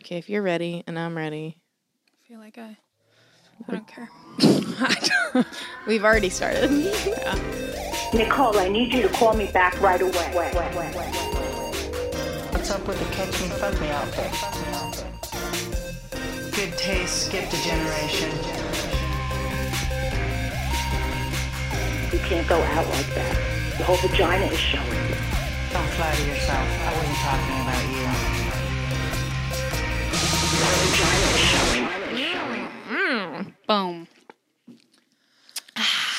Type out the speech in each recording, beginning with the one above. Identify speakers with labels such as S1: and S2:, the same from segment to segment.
S1: Okay, if you're ready and I'm ready,
S2: I feel like I. I don't care.
S1: we've already started.
S3: Nicole, I need you to call me back right away.
S4: What's up with the catch me, fuck me outfit? Good taste, skipped a generation.
S3: You can't go out like that. The whole vagina is showing.
S4: Don't flatter yourself. I wasn't talking about you.
S2: Boom.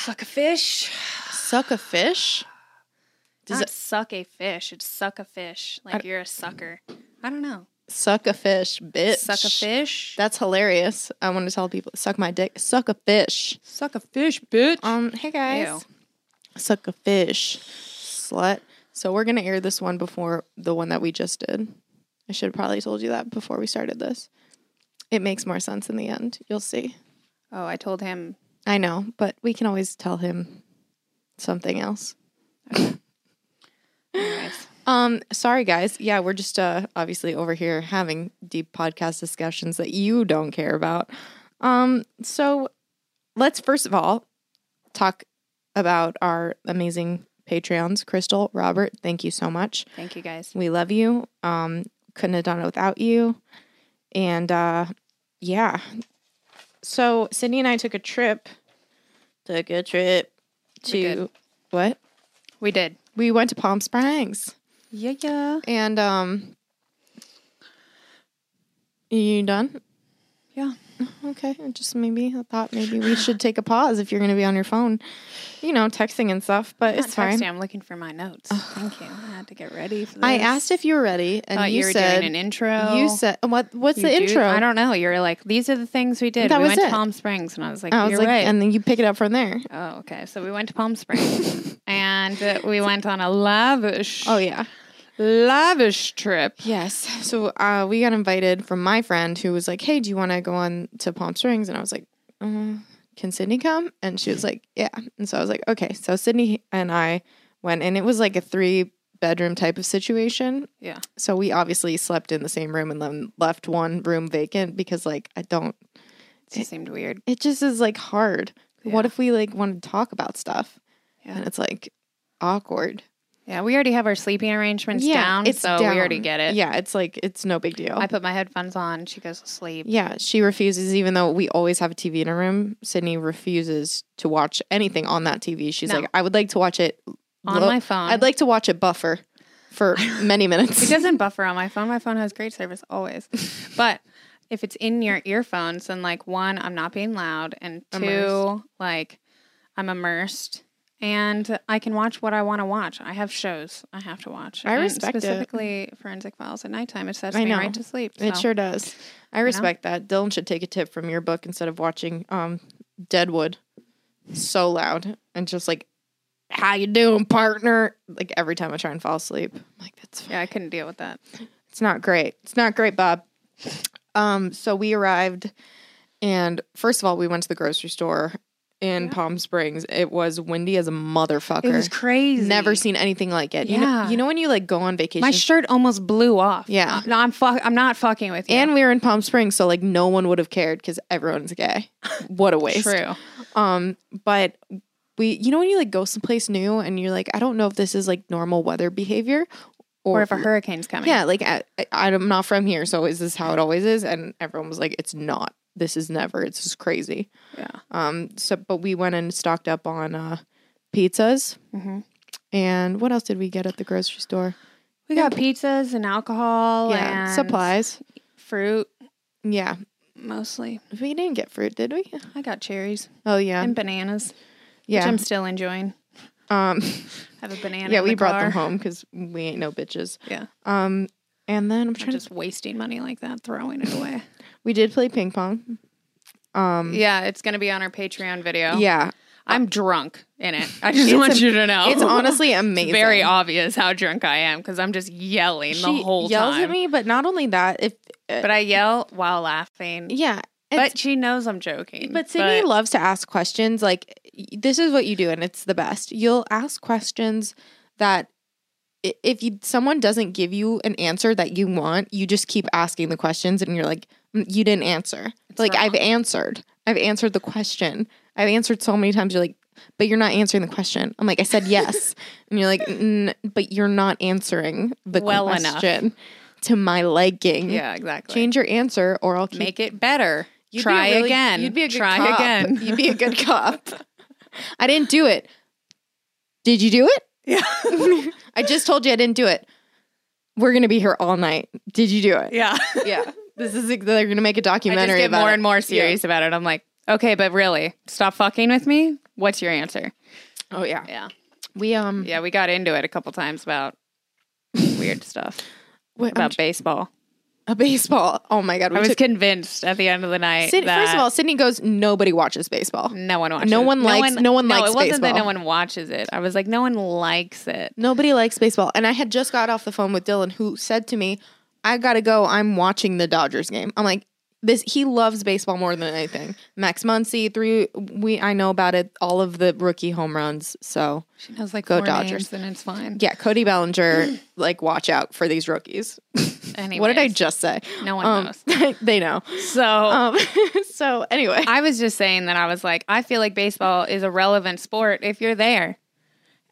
S2: suck a fish.
S1: Suck a fish? Does
S2: Does Not
S1: it-
S2: suck a fish. It's suck a fish. Like you're a sucker. I don't know.
S1: Suck a fish, bitch.
S2: Suck a fish.
S1: That's hilarious. I want to tell people, suck my dick. Suck a fish.
S2: suck a fish, bitch.
S1: Um, hey guys.
S2: Ew.
S1: Suck a fish, slut. So we're gonna air this one before the one that we just did. I should have probably told you that before we started this. It makes more sense in the end. You'll see.
S2: Oh, I told him.
S1: I know, but we can always tell him something else.
S2: Anyways.
S1: Um, sorry guys. Yeah, we're just uh obviously over here having deep podcast discussions that you don't care about. Um, so let's first of all talk about our amazing Patreons, Crystal, Robert, thank you so much.
S2: Thank you guys.
S1: We love you. Um, couldn't have done it without you. And uh, yeah. So Cindy and I took a trip. Took a trip to
S2: did.
S1: what?
S2: We did.
S1: We went to Palm Springs.
S2: Yeah, yeah.
S1: And um you done? Oh,
S2: Yeah.
S1: Okay. I Just maybe I thought maybe we should take a pause if you're gonna be on your phone. You know, texting and stuff, but
S2: Not
S1: it's fine.
S2: texting, I'm looking for my notes. Thank you. I had to get ready for this.
S1: I asked if you were ready and
S2: Thought
S1: you,
S2: you, were
S1: said
S2: doing an intro.
S1: you said what what's
S2: You
S1: the
S2: do-
S1: intro?
S2: I don't know. You're like, these are the things we did.
S1: That
S2: we
S1: was
S2: went
S1: it.
S2: to Palm Springs, and I was like,
S1: I was
S2: you're
S1: like,
S2: right.
S1: and then you pick it up from there.
S2: oh, okay. So we went to Palm Springs, and uh, we went on a lavish,
S1: Oh yeah,
S2: lavish trip.
S1: yes. So uh, we got invited from my friend who was like, "Hey, do you want to go on to Palm Springs?" And I was like, uh, "Can Sydney come?" And she was like, "Yeah." And so I was like, "Okay." So Sydney and I went, and it was like a three bedroom type of situation.
S2: Yeah.
S1: So we obviously slept in the same room and then left one room vacant because like I don't.
S2: It just seemed weird.
S1: It just is like hard. What
S2: Yeah.
S1: if we like want to talk about stuff?
S2: Yeah.
S1: And it's like awkward.
S2: Yeah, we already have our sleeping arrangements down, so we already
S1: down.
S2: get it.
S1: Yeah, it's like it's no big deal.
S2: I put my headphones on. She goes to sleep.
S1: yeah, she refuses, even though we always have a TV in her room. Sydney refuses to watch anything on that TV. She's
S2: No.
S1: like, I would like to watch it
S2: On
S1: lo-
S2: my phone.
S1: I'd like to watch it buffer for many minutes.
S2: It doesn't buffer on my phone. My phone has great service always. but if it's in your earphones, then like one, I'm not being loud, and two,
S1: Immersed.
S2: like I'm immersed. And I can watch what I want to watch. I have shows I have to watch.
S1: I
S2: and
S1: respect it.
S2: specifically forensic files at nighttime. It sets
S1: I
S2: me
S1: know.
S2: right to sleep.
S1: It
S2: so.
S1: sure does. I respect that. Dylan should take a tip from your book instead of watching um Deadwood so loud and just like how you doing, partner? Like every time I try and fall asleep. I'm like, that's
S2: Yeah, I couldn't deal with that.
S1: It's not great. It's not great, Bob. Um, so we arrived, and first of all, we went to the grocery store in Palm Springs. It was windy as a motherfucker.
S2: It was crazy.
S1: Never seen anything like it. You know,
S2: Yeah.
S1: you know when you like go on vacation.
S2: My shirt almost blew off.
S1: Yeah.
S2: Uh, No, I'm fuck. I'm not fucking with you.
S1: and we were in Palm Springs, so like no one would have cared because everyone's gay. What a waste.
S2: true.
S1: Um, but we, you know, when you like go someplace new and you're like, I don't know if this is like normal weather behavior,
S2: Or if a hurricane's coming.
S1: Yeah, like I, I, am not from here, so is this how it always is? And everyone was like, "It's not. This is never. It's just crazy."
S2: Yeah.
S1: Um. So, but we went and stocked up on uh, pizzas,
S2: Mhm.
S1: and what else did we get at the grocery store?
S2: We got pizzas and alcohol
S1: yeah,
S2: and
S1: supplies.
S2: fruit
S1: Yeah,
S2: mostly.
S1: we didn't get fruit, did we?
S2: I got cherries
S1: Oh yeah,
S2: and bananas, which
S1: yeah.
S2: I'm still enjoying.
S1: Um.
S2: Have a banana.
S1: Yeah,
S2: in
S1: we
S2: the
S1: brought
S2: car.
S1: them home because we ain't no bitches.
S2: Yeah,
S1: Um. And then I'm
S2: I'm
S1: trying
S2: just wasting money like that, throwing it away.
S1: to. We did play ping pong. Um.
S2: yeah, it's gonna be on our Patreon video.
S1: Yeah.
S2: I'm drunk in it. I just
S1: It's
S2: want
S1: am-
S2: you to know.
S1: It's honestly amazing.
S2: Oh. very obvious how drunk I am because I'm just yelling
S1: She
S2: the whole
S1: yells
S2: time.
S1: at me, but not only that, if uh,
S2: But I yell while laughing.
S1: Yeah. It's-
S2: But she knows I'm joking.
S1: but Sydney loves to ask questions. Like, y- this is what you do, and it's the best. You'll ask questions that i- if you, someone doesn't give you an answer that you want, you just keep asking the questions and you're like, "Mm, you didn't answer. like, I've answered. I've answered the question. I've answered so many times. You're like, but you're not answering the question. I'm like, I said yes. and you're like, N- but you're not answering the
S2: Well enough.
S1: question to my liking.
S2: Yeah, exactly.
S1: Change your answer or I'll keep
S2: Make it better.
S1: You'd be
S2: Try
S1: a really-
S2: again.
S1: You'd be a good
S2: Try
S1: cop.
S2: again.
S1: You'd be a good cop. I didn't do it. Did you do it? Yeah. I just told you I didn't do it. We're gonna be here all night. Did you do it?
S2: yeah.
S1: Yeah. This is they're gonna make a
S2: I just
S1: documentary.
S2: get
S1: about
S2: more
S1: it.
S2: and more serious about it. I'm like, okay, but really, stop fucking with me. What's your answer?
S1: Yeah. Oh yeah.
S2: Yeah.
S1: We um.
S2: Yeah, we got into it a couple times about weird stuff.
S1: What,
S2: About baseball.
S1: a baseball. Oh my god. We
S2: I was
S1: took-
S2: convinced at the end of the night.
S1: Syd-
S2: that
S1: first of all, Sydney goes. Nobody watches baseball.
S2: no one watches.
S1: no one likes- no one likes
S2: it wasn't that no
S1: baseball.
S2: one watches it. I was like, no one likes it.
S1: Nobody likes baseball. And I had just got off the phone with Dylan, who said to me, I gotta go. I'm watching the Dodgers game. I'm like, this he loves baseball more than anything. Max Muncy, three we I know about it, all of the rookie home runs. So
S2: She knows like
S1: Go
S2: four
S1: Dodgers.
S2: names, and it's fine.
S1: yeah, Cody Bellinger, like watch out for these rookies.
S2: Anyways,
S1: What did I just say?
S2: No one
S1: Um,
S2: knows.
S1: they know.
S2: So
S1: Um, so anyway.
S2: I was just saying that I was like, I feel like baseball is a relevant sport if you're there.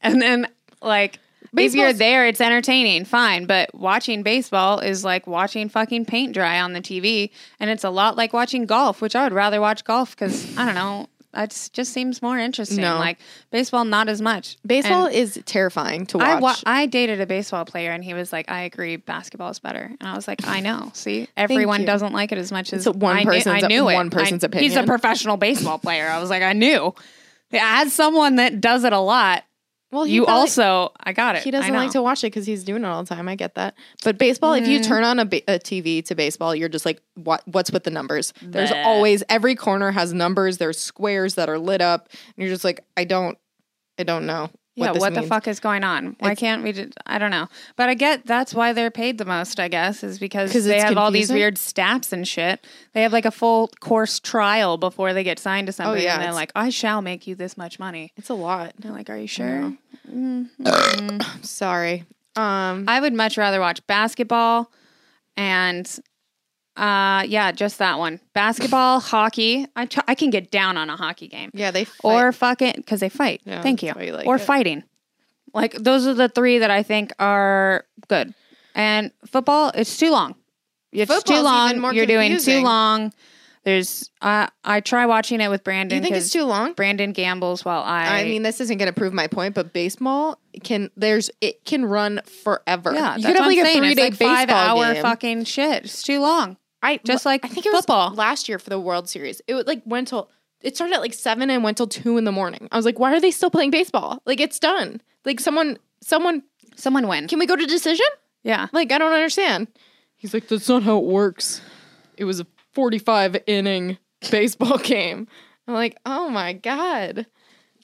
S2: And then like if you're
S1: Baseball's-
S2: there, it's entertaining, fine. But watching baseball is like watching fucking paint dry on the TV, and it's a lot like watching golf, which I would rather watch golf because I don't know, it just seems more interesting.
S1: No.
S2: Like baseball, not as much.
S1: baseball
S2: And
S1: is terrifying to watch.
S2: I wa- I dated a baseball player, and he was like, "I agree, basketball is better." And I was like, "I know. See, everyone
S1: you.
S2: doesn't like it as much as
S1: a one
S2: I knew-
S1: person's-
S2: I knew it.
S1: one person's
S2: I- He's a
S1: opinion.
S2: professional baseball player. I was like, I knew. As someone that does it a lot,
S1: well, he
S2: you
S1: probably-
S2: also, I got it.
S1: He
S2: I
S1: doesn't
S2: know.
S1: like to watch it because he's doing it all the time. I get that. But baseball, if you turn on a, ba- a TV to baseball, you're just like, what? What's with the numbers? There's
S2: Bleh.
S1: always every corner has numbers. There's squares that are lit up, and you're just like, I don't, I don't know.
S2: Yeah,
S1: this
S2: what the
S1: means.
S2: fuck is going on? Why
S1: It's-
S2: can't we? Just, I don't know. But I get that's why they're paid the most. I guess is because
S1: 'Cause
S2: they
S1: it's
S2: have all these
S1: confusing?
S2: weird stats and shit. They have like a full course trial before they get signed to somebody.
S1: Oh, yeah,
S2: and they're
S1: it's-
S2: like, I shall make you this much money.
S1: It's a lot.
S2: They're like, Are you sure? Mm-hmm.
S1: I'm sorry. Um,
S2: I would much rather watch basketball and uh yeah, just that one. Basketball, hockey. I tr- I can get down on a hockey game.
S1: yeah, they fight.
S2: Or fucking cuz they fight.
S1: Yeah,
S2: Thank
S1: that's
S2: you.
S1: why you like
S2: or
S1: it.
S2: fighting. Like those are the 3 that I think are good. And football it's too long. It's
S1: Football's
S2: too
S1: even
S2: long.
S1: more
S2: You're doing
S1: confusing.
S2: too long. There's I I try watching it with Brandon
S1: you think it's
S2: 'cause
S1: too long?
S2: Brandon gambles while I
S1: I mean, this isn't going to prove my point, but baseball can there's it can run forever.
S2: yeah,
S1: you
S2: that's
S1: could have
S2: what
S1: like
S2: I'm
S1: a
S2: saying.
S1: three
S2: It's
S1: day
S2: like
S1: baseball
S2: five hour
S1: game.
S2: fucking shit. It's too long.
S1: I
S2: Just
S1: well,
S2: like
S1: I think it
S2: football.
S1: was last year for the World Series. It was like went till it started at like seven and went till two in the morning. I was like, why are they still playing baseball? Like it's done. Like someone, someone,
S2: Someone win.
S1: can we go to decision?
S2: Yeah.
S1: Like I don't understand. He's like, that's not how it works. It was a forty-five inning baseball game. I'm like, oh my god.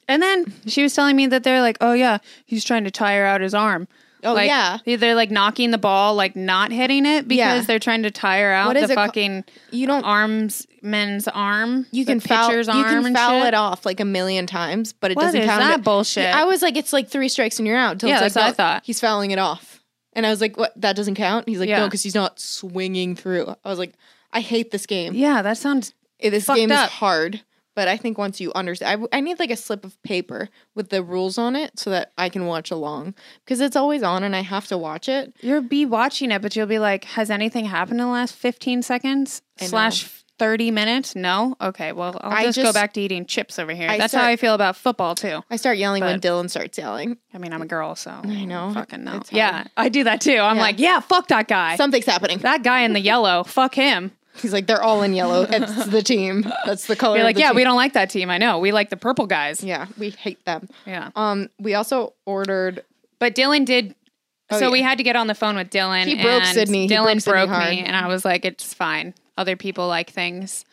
S2: And then she was telling me that they're like, oh yeah, he's trying to tire out his arm.
S1: Oh,
S2: Like,
S1: yeah.
S2: They're like knocking the ball, like not hitting it because
S1: Yeah.
S2: they're trying to tire out
S1: What is
S2: the
S1: it ca-
S2: fucking
S1: You don't.
S2: arms men's arm.
S1: You
S2: the
S1: can foul.
S2: pitcher's
S1: you
S2: arm
S1: can
S2: and
S1: foul
S2: shit.
S1: it off like a million times, but it
S2: What
S1: doesn't
S2: is
S1: count.
S2: that
S1: it-
S2: bullshit?
S1: I was like, it's like three strikes and you're out. Till
S2: Yeah,
S1: it's
S2: that's
S1: like,
S2: what
S1: no,
S2: I thought.
S1: He's fouling it off, and I was like, what? That doesn't count. He's like,
S2: Yeah.
S1: no, because he's not swinging through. I was like, I hate this game.
S2: Yeah, that sounds.
S1: Eh, This
S2: fucked
S1: game
S2: up.
S1: is hard. But I think once you understand, I, w- I need like a slip of paper with the rules on it so that I can watch along because it's always on and I have to watch it.
S2: You'll be watching it, but you'll be like, has anything happened in the last 15 seconds
S1: know.
S2: slash 30 minutes? No? Okay, well, I'll
S1: I
S2: just, go
S1: just-
S2: back to eating chips over here.
S1: I
S2: That's how
S1: start-
S2: I feel about football, too.
S1: I start yelling when Dylan starts yelling.
S2: I mean, I'm a girl, so I
S1: know.
S2: Fucking no.
S1: It's hard.
S2: Yeah, I do that too. I'm like, yeah, fuck that guy.
S1: Something's happening.
S2: that guy in the yellow, fuck him.
S1: He's like, they're all in yellow. It's the team. That's the color.
S2: You're
S1: of
S2: like,
S1: the
S2: yeah,
S1: team.
S2: we don't like that team. I know. We like the purple guys.
S1: Yeah, we hate them.
S2: Yeah.
S1: Um, we also ordered.
S2: But Dylan did. so
S1: Oh, yeah.
S2: we had to get on the phone with Dylan.
S1: He broke
S2: and
S1: Sydney. He broke
S2: Dylan
S1: Sydney
S2: broke,
S1: hard.
S2: me, and I was like, it's fine. Other people like things.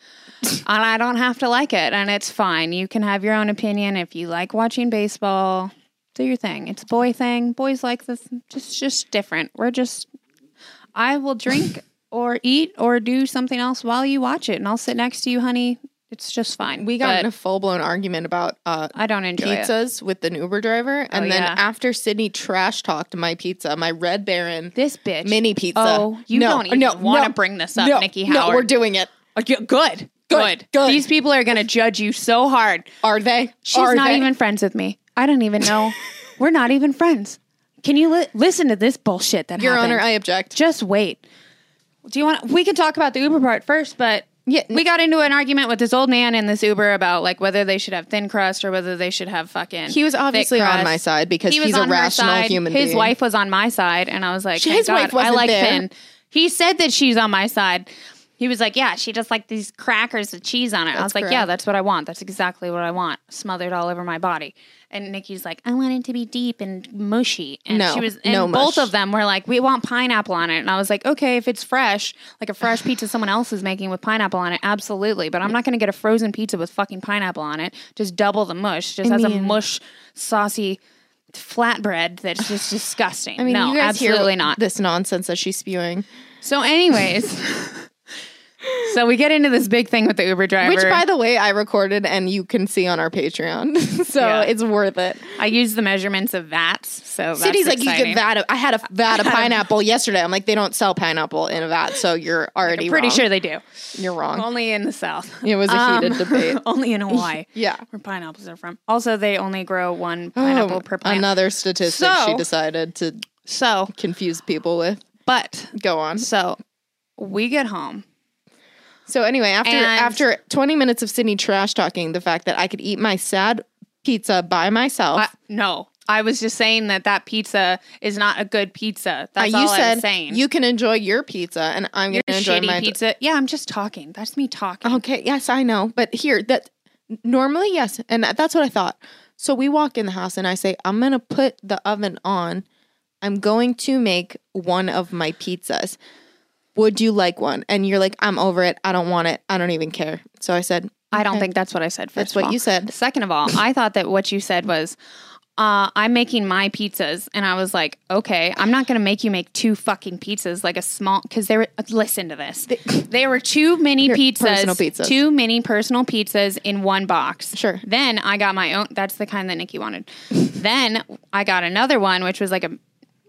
S2: and I don't have to like it, and it's fine. You can have your own opinion. If you like watching baseball, do your thing. It's a boy thing. Boys like this. Just, just different. We're just. I will drink or eat or do something else while you watch it, and I'll sit next to you, honey, It's just fine.
S1: We got
S2: But
S1: in a full blown argument about uh,
S2: I don't enjoy it.
S1: pizzas with an Uber driver, and
S2: Oh,
S1: then
S2: yeah.
S1: after Sydney trash talked my pizza, my Red Baron
S2: This bitch.
S1: mini pizza.
S2: Oh, you
S1: No,
S2: don't even
S1: no,
S2: want to
S1: no,
S2: bring this up,
S1: no,
S2: Nikki
S1: no,
S2: Howard.
S1: we're doing it.
S2: Uh, yeah, good. Good.
S1: good.
S2: These people are going to judge you so hard.
S1: Are they?
S2: She's
S1: Are
S2: not
S1: they?
S2: even friends with me. I don't even know. We're not even friends. Can you li- listen to this bullshit that
S1: Your
S2: happened?
S1: Honor, I object.
S2: just wait. Do you want? We can talk about the Uber part first, but
S1: Yeah,
S2: we got into an argument with this old man and this Uber about like whether they should have thin crust or whether they should have fucking.
S1: He was
S2: thick
S1: obviously on
S2: crust.
S1: my side because
S2: He was
S1: he's a
S2: on her
S1: rational
S2: side.
S1: human
S2: His
S1: being.
S2: wife was on my side, and I was like,
S1: She-
S2: "Thank
S1: his wife
S2: God, I
S1: wasn't
S2: like
S1: there.
S2: thin. He said that she's on my side. He was like, "Yeah, she just like these crackers with cheese on it." I was like, "Yeah,
S1: correct.
S2: that's what I want. That's exactly what I want, smothered all over my body." And Nikki's like, "I want it to be deep and mushy." And
S1: No,
S2: she was, and
S1: no mush.
S2: both of them were like, "We want pineapple on it." And I was like, "Okay, if it's fresh, like a fresh pizza someone else is making with pineapple on it, absolutely." But I'm not going to get a frozen pizza with fucking pineapple on it. Just double the mush. Just has a mush, saucy flatbread that's just disgusting.
S1: I mean,
S2: no,
S1: you guys hear
S2: absolutely not.
S1: this nonsense that she's spewing.
S2: So, anyways, so we get into this big thing with the Uber driver.
S1: Which, by the way, I recorded and you can see on our Patreon, so
S2: Yeah.
S1: it's worth it.
S2: I use the measurements of vats. So that's
S1: City's like you
S2: exciting.
S1: get vat. Of, I had a vat of pineapple yesterday. I'm like, they don't sell pineapple in a vat, so you're already
S2: I'm pretty
S1: wrong.
S2: sure Oh, they do.
S1: you're wrong.
S2: Only in the South. Um,
S1: It was a heated debate.
S2: Only in Hawaii.
S1: Yeah.
S2: Where pineapples are from. Also, they only grow one pineapple
S1: Oh,
S2: per plant.
S1: Another statistic she
S2: So-
S1: decided to
S2: So,
S1: confuse people with.
S2: but,
S1: Go on.
S2: so we get home.
S1: So anyway, after
S2: And-
S1: after 20 minutes of Sydney trash talking the fact that I could eat my sad pizza by myself. uh,
S2: I, no, I was just saying that that pizza is not a good pizza. That's
S1: uh, you
S2: all
S1: said
S2: I was saying.
S1: you can enjoy your pizza and I'm going
S2: Your
S1: to enjoy
S2: shitty
S1: my
S2: pizza. Yeah, I'm just talking. That's me talking.
S1: Okay, yes, I know. But here that normally yes, and that- that's what I thought. So we walk in the house and I say, "I'm going to put the oven on. I'm going to make one of my pizzas. Would you like one?" And you're like, "I'm over it. I don't want it. I don't even care." So I said,
S2: I don't think that's what I said. First
S1: That's
S2: of
S1: what
S2: all.
S1: you said.
S2: Second of all, I thought that what you said was, uh, "I'm making my pizzas," and I was like, "Okay, I'm not going to make you make two fucking pizzas like a small because they were uh, listen to this. there were two mini pizzas,
S1: personal pizzas.
S2: two mini personal pizzas in one box.
S1: Sure.
S2: Then I got my own. That's the kind that Nikki wanted. then I got another one, which was like a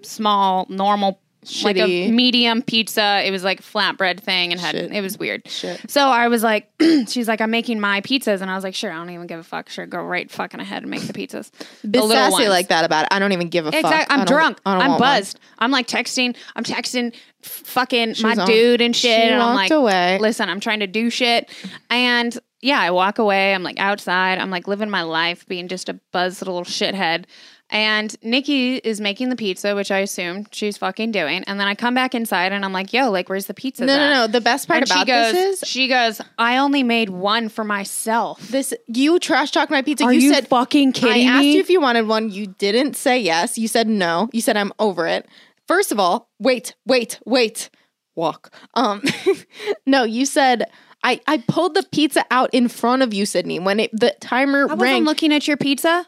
S2: small normal. Like a
S1: Shitty.
S2: medium pizza. It was like flatbread thing and had it was weird.
S1: Shit.
S2: So I was like, she's like, I'm making my pizzas, and I was like, sure, I don't even give a fuck. Sure, go right fucking ahead and make the pizzas.
S1: Be
S2: The little
S1: sassy
S2: ones.
S1: like that about it. I don't even give a fuck.
S2: Exactly.
S1: I
S2: I'm
S1: don't-
S2: drunk.
S1: I don't
S2: I'm
S1: want one.
S2: buzzed. I'm like texting. I'm texting f- fucking my
S1: was on-
S2: dude and shit.
S1: she
S2: and I'm
S1: walked
S2: like,
S1: away.
S2: listen, I'm trying to do shit. And yeah, I walk away. I'm like outside. I'm like living my life, being just a buzzed little shithead. And Nikki is making the pizza, which I assume she's fucking doing. And then I come back inside and I'm like, yo, like, where's the pizza?
S1: No, no, no. The best part
S2: And she
S1: about
S2: goes,
S1: this is
S2: she goes, I only made one for myself.
S1: this. You trash talked my pizza.
S2: Are you
S1: said
S2: fucking kidding
S1: I asked
S2: me?
S1: you if you wanted one. You didn't say yes. You said no. You said I'm over it. First of all, wait, wait, wait. Walk. Um, no, you said. I, I pulled the pizza out in front of you, Sydney. When it the timer
S2: I wasn't
S1: rang,
S2: looking at your pizza.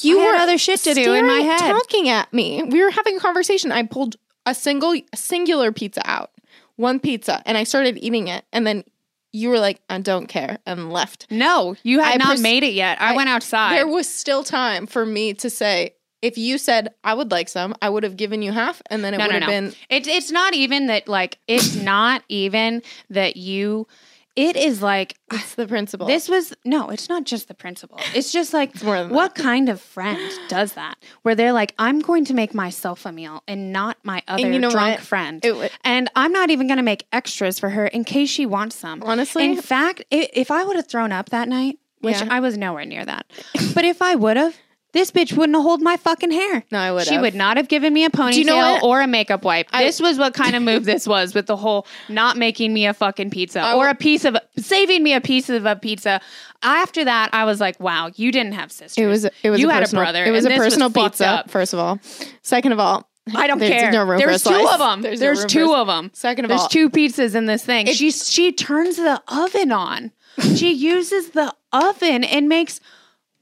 S1: you
S2: I had
S1: were
S2: other shit to do in my
S1: staring-
S2: head.
S1: talking at me. We were having a conversation. I pulled a single a singular pizza out, one pizza, and I started eating it. And then you were like, "I don't care," and left.
S2: No, you had
S1: I
S2: not
S1: pers-
S2: made it yet. I, went outside.
S1: There was still time for me to say, if you said I would like some, I would have given you half, and then it
S2: no,
S1: would
S2: no,
S1: have
S2: no.
S1: been
S2: It's it's not even that. Like it's not even that you. It is like
S1: it's the principle.
S2: This was no, it's not just the principle. It's just like
S1: more than
S2: what kind of friend does that? Where they're like, I'm going to make myself a meal and not my other
S1: you know
S2: drunk
S1: what?
S2: friend,
S1: It wa-
S2: and I'm not even going to make extras for her in case she wants some.
S1: Honestly-
S2: in fact, i if I would have thrown up that night, which
S1: Yeah.
S2: I was nowhere near that, but if I would have. This bitch wouldn't hold my fucking hair.
S1: No, I would
S2: She
S1: have.
S2: would not have given me a ponytail
S1: you know what?
S2: or a makeup wipe. this was what kind of move this was with the whole not making me a fucking pizza or a piece of saving me a piece of a pizza. After that, I was like, wow, you didn't have sisters.
S1: it was it was
S2: you
S1: a
S2: had
S1: personal,
S2: a brother.
S1: It was a
S2: and this
S1: personal
S2: fucked
S1: pizza.
S2: up.
S1: First of all, second of all,
S2: I don't
S1: there's
S2: care.
S1: No room
S2: There's
S1: for a
S2: two
S1: slice.
S2: of them. There's,
S1: no room for a
S2: two
S1: slice.
S2: of them.
S1: Second of
S2: There's
S1: all,
S2: two pizzas in this thing. She she turns the oven on. She uses the oven and makes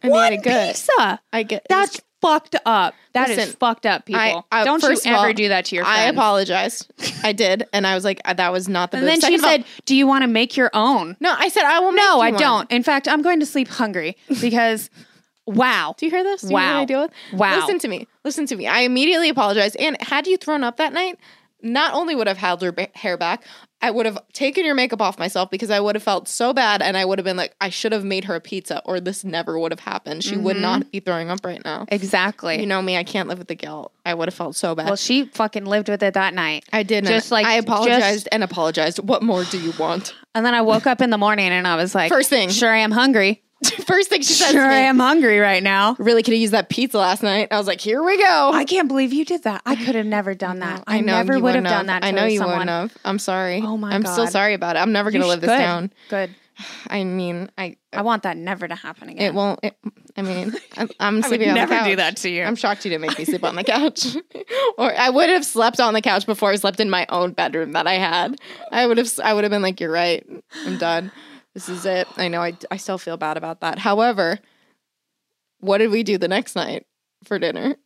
S1: made
S2: one
S1: it good.
S2: pizza.
S1: I get
S2: That's fucked up. That is
S1: Listen,
S2: fucked up, people.
S1: I- I-
S2: Don't you
S1: first of
S2: ever
S1: all,
S2: do that to your friends.
S1: I apologized. I did, and I was like, uh, that was not the.
S2: And
S1: move.
S2: then
S1: Second
S2: she
S1: of all-
S2: said, "Do you want to make your own?"
S1: "No." I said, "I will." make
S2: No,
S1: you
S2: I
S1: one."
S2: don't. In fact, I'm going to sleep hungry because wow.
S1: Do you hear this? Do You know
S2: Wow.
S1: what I deal with?
S2: Wow.
S1: Listen to me. Listen to me. I immediately apologized. And had you thrown up that night, not only would I have had your ba- hair back, I would have taken your makeup off myself because I would have felt so bad and I would have been like, I should have made her a pizza or this never would have happened. She would
S2: Mm-hmm.
S1: not be throwing up right now.
S2: Exactly.
S1: You know me, I can't live with the guilt. I would have felt so bad.
S2: well, she fucking lived with it that night.
S1: I did. not
S2: just like
S1: I
S2: just-
S1: apologized and apologized. What more do you want?
S2: and then I woke up in the morning and I was like,
S1: First thing.
S2: sure I am hungry.
S1: First thing she says
S2: Sure I
S1: to me,
S2: am hungry right now.
S1: really could have used that pizza last night. I was like, here we go.
S2: I can't believe you did that. I could have never done that. I, never
S1: you
S2: would
S1: wouldn't
S2: have done that. To
S1: I know you
S2: someone.
S1: wouldn't have. I'm sorry.
S2: Oh my
S1: I'm still
S2: God.
S1: sorry about it. I'm never
S2: You
S1: gonna live
S2: sh-
S1: this
S2: good.
S1: down.
S2: Good.
S1: I mean, I
S2: I want that never to happen again.
S1: it won't. It, I mean, I'm, I'm
S2: I would
S1: sleeping on
S2: never
S1: the couch.
S2: do that to you.
S1: I'm shocked you didn't make me sleep on the couch, or I would have slept on the couch before I slept in my own bedroom that I had. I would have. s- I would have been like, "You're right. I'm done. This is it." I know. I I still feel bad about that. However, what did we do the next night for dinner?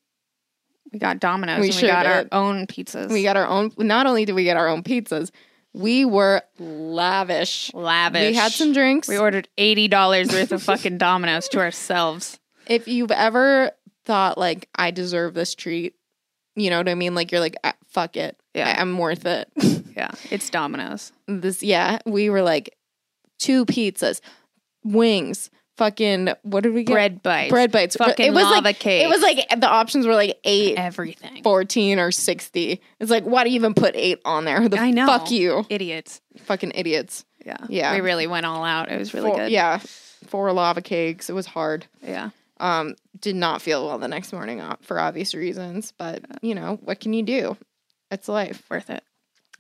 S2: we got Domino's.
S1: We
S2: and we
S1: sure
S2: got
S1: did.
S2: our own pizzas.
S1: We got our own. Not only did we get our own pizzas, we were lavish.
S2: lavish.
S1: We had some drinks.
S2: We ordered eighty dollars worth of fucking Domino's to ourselves.
S1: if you've ever thought like I deserve this treat, you know what I mean. Like you're like "Ah, fuck it,
S2: Yeah.
S1: I- am worth it.
S2: Yeah, it's Domino's.
S1: this yeah, we were like two pizzas, wings, fucking what did we get?
S2: Bread bites,
S1: bread bites.
S2: fucking
S1: it was
S2: lava
S1: like
S2: cakes.
S1: it was like the options were like eight.
S2: everything.
S1: 14 or 60. It's like, why do you even put eight on there? The
S2: I know.
S1: Fuck you.
S2: Idiots.
S1: Fucking idiots.
S2: Yeah,
S1: Yeah.
S2: We really went all out. It was really
S1: Four-
S2: good.
S1: Yeah. Four lava cakes. It was hard.
S2: yeah.
S1: um, did not feel well the next morning uh, for obvious reasons, but you know, what can you do? It's life.
S2: Worth it.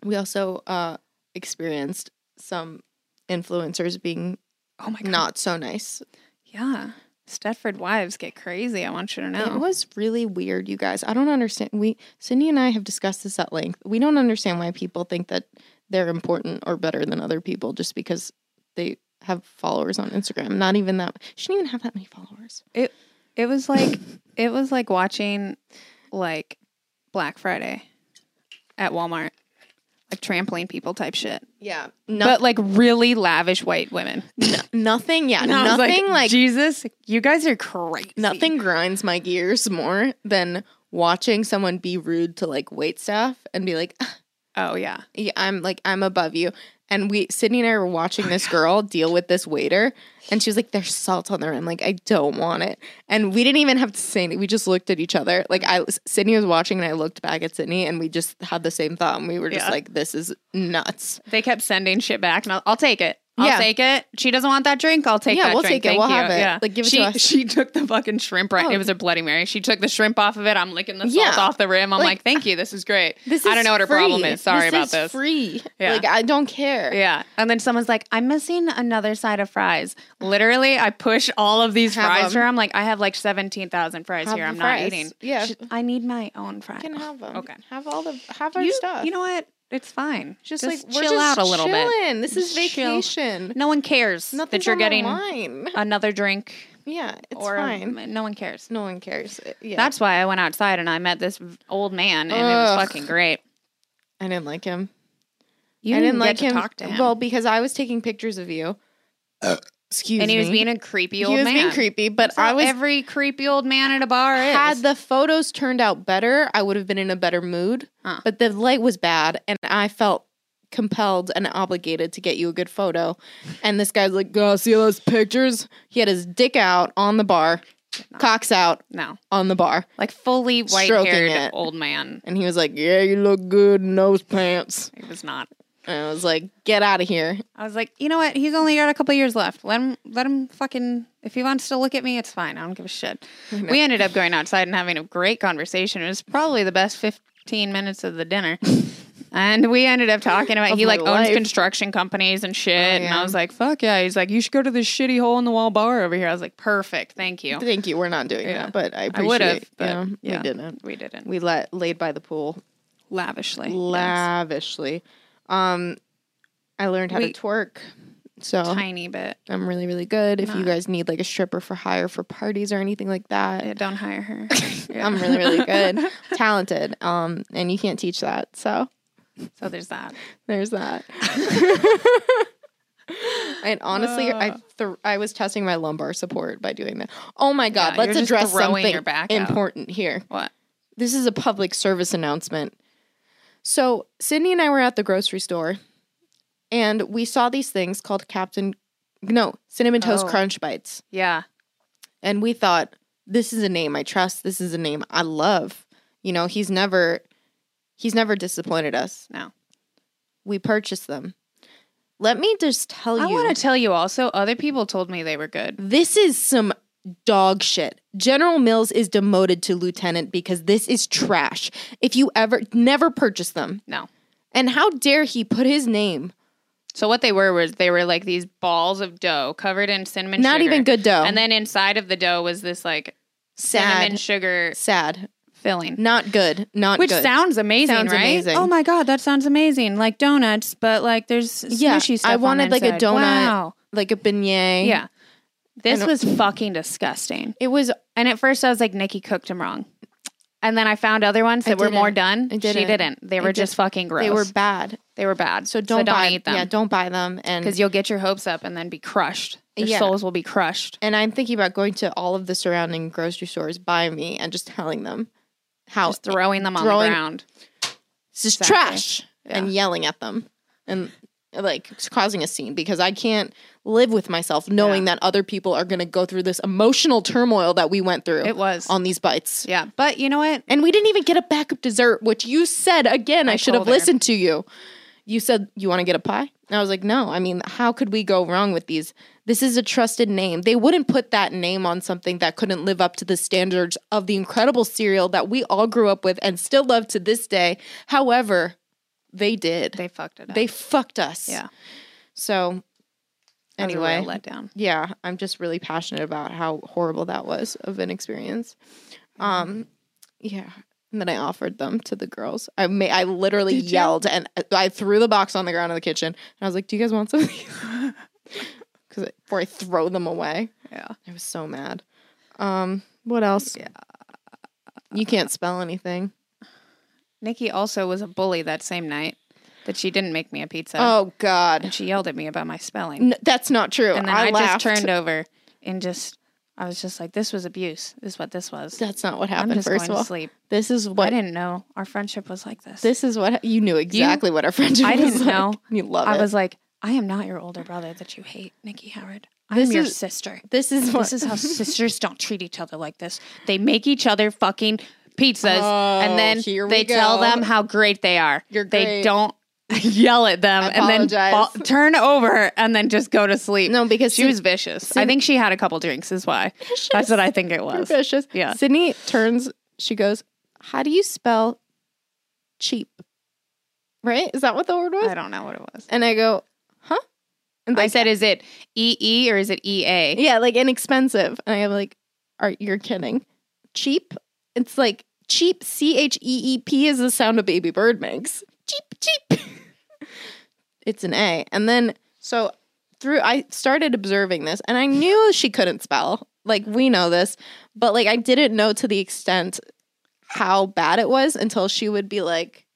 S1: We also uh, experienced some influencers being
S2: Oh my god.
S1: not so nice.
S2: Yeah. Stedford wives get crazy. I want you to
S1: It
S2: know.
S1: was really weird, you guys. I don't understand. We, Cindy and I have discussed this at length. We don't understand why people think that they're important or better than other people just because they have followers on Instagram. Not even that. She didn't even have that many followers.
S2: It it was like it was like watching like Black Friday at Walmart. Like trampling people type shit.
S1: Yeah.
S2: But like really lavish white women.
S1: nothing. Yeah.
S2: And I was
S1: Nothing like
S2: Jesus, you guys are crazy.
S1: Nothing grinds my gears more than watching someone be rude to like wait staff and be like, "Ah,
S2: Oh yeah.
S1: yeah, I'm like, I'm above you. And we, Sydney and I were watching this girl deal with this waiter, and she was like, There's salt on their rim. Like, I don't want it. And we didn't even have to say anything. We just looked at each other. Like, I, Sydney was watching, and I looked back at Sydney, and we just had the same thought. And we were just
S2: Yeah.
S1: like, This is nuts.
S2: They kept sending shit back, and I'll, I'll take it. I'll
S1: Yeah.
S2: take it. She doesn't want that drink. I'll take
S1: Yeah,
S2: that
S1: we'll
S2: drink.
S1: take it.
S2: Thank
S1: We'll
S2: you.
S1: have it.
S2: Yeah.
S1: Like, give it to
S2: she,
S1: us. Oh.
S2: She took the fucking shrimp right. It was a Bloody Mary. She took the shrimp off of it. I'm licking the salt
S1: Yeah.
S2: off the rim. I'm like,
S1: Like,
S2: thank you. This is great.
S1: This is
S2: I don't know what her problem
S1: free.
S2: is. Sorry about
S1: is
S2: this.
S1: free.
S2: Yeah.
S1: Like, I don't care.
S2: Yeah. And then someone's like, I'm missing another side of fries. Literally, I push all of these
S1: Have
S2: fries to
S1: them.
S2: her. I'm like, I have like 17,000 fries
S1: Have
S2: here.
S1: the
S2: I'm not
S1: fries.
S2: eating.
S1: Yeah.
S2: She- I need my own fries.
S1: You can have them.
S2: Okay.
S1: Have all the, have our
S2: you,
S1: stuff.
S2: You know what? It's fine.
S1: just, like we're
S2: chill
S1: just
S2: out a little bit.
S1: chillin'. This is
S2: Just chill.
S1: vacation.
S2: No one cares that
S1: Nothing's
S2: you're
S1: on the
S2: getting
S1: line.
S2: another drink
S1: Yeah, it's
S2: or a-
S1: fine.
S2: no one cares.
S1: no one cares. It- Yeah.
S2: That's why I went outside and I met this old man and it
S1: Ugh.
S2: was fucking great.
S1: I didn't like him.
S2: You
S1: I didn't
S2: didn't,
S1: like
S2: get
S1: him.
S2: to talk to him.
S1: Well, because I was taking pictures of you. Uh, Excuse
S2: and he was
S1: me.
S2: being a creepy
S1: he
S2: old
S1: was
S2: man.
S1: being creepy, but
S2: That's how
S1: I was
S2: every creepy old man at a bar is.
S1: had the photos turned out better, I would have been in a better mood.
S2: Huh.
S1: But the light was bad, and I felt compelled and obligated to get you a good photo. And this guy's like, "Oh, see those pictures?" He had his dick out on the bar, cocks out
S2: no,
S1: on the bar,
S2: like fully white
S1: Stroking
S2: haired
S1: it.
S2: old man.
S1: and he was like, "Yeah, you look good in those pants."
S2: It was not.
S1: And I was like, "Get out of here!"
S2: I was like, you know what? He's only got a couple years left. Let him, let him fucking. If he wants to look at me, it's fine. I don't give a shit. We ended up going outside and having a great conversation. It was probably the best fifteen minutes of the dinner, and we ended up talking about.
S1: Of
S2: he
S1: my
S2: like owns
S1: life.
S2: construction companies and shit, and I
S1: yeah.
S2: was like, fuck yeah. He's like, you should go to this shitty hole in the wall bar over here. I was like, perfect, thank you.
S1: Thank you. We're not doing
S2: Yeah.
S1: that, but I
S2: I
S1: appreciate.
S2: would have, but
S1: yeah,
S2: yeah,
S1: we didn't.
S2: We didn't.
S1: We let laid by the pool
S2: lavishly. yes.
S1: lavishly. Um, I learned how
S2: We-
S1: to twerk So
S2: tiny bit.
S1: I'm really, really good. If you
S2: Not-
S1: guys need like a stripper for hire for parties or anything like that,
S2: Yeah, Uh, don't hire her. Yeah.
S1: I'm really, really good, talented. Um, and you can't teach that. So
S2: so there's that.
S1: there's that. and honestly,
S2: Uh.
S1: I th- I was testing my lumbar support by doing that. Oh my god,
S2: Yeah, you're
S1: let's
S2: just
S1: address
S2: throwing
S1: something
S2: your back out.
S1: important here.
S2: What?
S1: This is a public service announcement. So Sydney and I were at the grocery store, and we saw these things called Captain, no, Cinnamon Toast
S2: Oh.
S1: Crunch Bites.
S2: Yeah.
S1: And we thought, this is a name I trust. This is a name I love. You know, he's never he's never disappointed us.
S2: No.
S1: We purchased them. Let me just tell
S2: I
S1: you
S2: want to tell you also, other people told me they were good.
S1: this is some dog shit. General Mills is demoted to lieutenant because this is trash. If you ever never purchase them.
S2: No.
S1: And how dare he put his name?
S2: So what they were was they were like these balls of dough covered in cinnamon
S1: Not
S2: sugar.
S1: even good dough.
S2: And then inside of the dough was this like cinnamon
S1: sad.
S2: sugar
S1: sad.
S2: filling.
S1: Not good. Not
S2: Which
S1: good.
S2: sounds amazing,
S1: Sounds
S2: right?
S1: amazing.
S2: Oh my god, that sounds amazing. Like donuts, but like there's
S1: Yeah,
S2: smushy stuff.
S1: I
S2: on the
S1: wanted like a
S2: inside.
S1: donut,
S2: Wow.
S1: like a beignet.
S2: Yeah. This
S1: And-
S2: was fucking disgusting.
S1: It was
S2: And at first I was like, Nikki cooked him wrong. And then I found other ones
S1: I
S2: that were more done.
S1: didn't. I
S2: She
S1: didn't.
S2: didn't. They
S1: I
S2: were
S1: did-
S2: just fucking gross.
S1: they were bad.
S2: they were bad.
S1: So don't buy
S2: eat them.
S1: Yeah, don't buy them. And
S2: because you'll get your hopes up and then be crushed. Your
S1: Yeah.
S2: souls will be crushed.
S1: and I'm thinking about going to all of the surrounding grocery stores by me and just telling them how
S2: Just throwing them on
S1: Throwing-
S2: the ground.
S1: this is
S2: Exactly.
S1: trash and yelling at them and like causing a scene because I can't live with myself knowing that other people are going to go through this emotional turmoil that we went through.
S2: It was.
S1: on these bites.
S2: Yeah, but you know what?
S1: And we didn't even get a backup dessert, which you said again, I, should have
S2: told her.
S1: listened to you. You said, You want to get a pie? And I was like, No, I mean, how could we go wrong with these? This is a trusted name. They wouldn't put that name on something that couldn't live up to the standards of the incredible cereal that we all grew up with and still love to this day. However, they did. They,
S2: They fucked it up.
S1: fucked us.
S2: Yeah.
S1: So,
S2: That was a
S1: anyway
S2: real letdown.
S1: yeah, I'm just really passionate about how horrible that was of an experience.
S2: Mm-hmm.
S1: Um, yeah. And then I offered them to the girls. I may I literally yelled and uh, I threw the box on the ground in the kitchen and I was like, "Do you guys want some?" of these?" 'Cause I- before I throw them away,
S2: Yeah.
S1: I was so mad. Um, what else? Yeah. You can't spell anything.
S2: Nikki also was a bully that same night that she didn't make me a pizza.
S1: Oh God,
S2: And she yelled at me about my spelling.
S1: N- that's not true.
S2: and then I,
S1: I,
S2: just
S1: laughed.
S2: turned over and just, I was just like, this was abuse, is what this was.
S1: That's not what
S2: I'm
S1: happened.
S2: just
S1: First
S2: going
S1: of all,
S2: to sleep.
S1: this is
S2: I
S1: what
S2: didn't know our friendship was like this.
S1: This is what you knew exactly what our friendship.
S2: I
S1: was like.
S2: didn't know.
S1: You love
S2: I
S1: it.
S2: was like, I am not your older brother that you hate, Nikki Howard.
S1: This
S2: I'm your
S1: is-
S2: sister.
S1: this is what
S2: This is how sisters don't treat each other like this. They make each other fucking pizzas
S1: Oh,
S2: and then
S1: here we
S2: they tell
S1: go.
S2: them how great they are.
S1: You're
S2: They
S1: great.
S2: don't yell at them and then
S1: apologize.
S2: fa- turn over and then just go to sleep.
S1: No, because
S2: she
S1: Syd-
S2: was vicious. I think she had a couple drinks is why. That's what I think it was.
S1: vicious.
S2: Yeah.
S1: Sydney turns. She goes, "How do you spell cheap?" Right? Is that what the word was?
S2: I don't know what it was.
S1: And I go, "Huh?" And
S2: I
S1: like,
S2: said is it E E or is it E A?
S1: "Yeah, like inexpensive." And I'm like, "Are you're kidding? Cheap? It's like cheap. C H E E P is the sound a baby bird makes. Cheap, cheap. it's an A." And then so through I started observing this and I knew she couldn't spell. Like we know this, but like I didn't know to the extent how bad it was until she would be like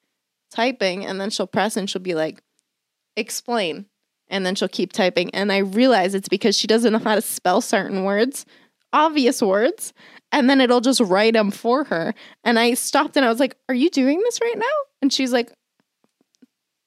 S1: typing and then she'll press and she'll be like explain and then she'll keep typing and I realize it's because she doesn't know how to spell certain words, obvious words, and then it'll just write them for her. And I stopped and I was like, "Are you doing this right now?" And she's like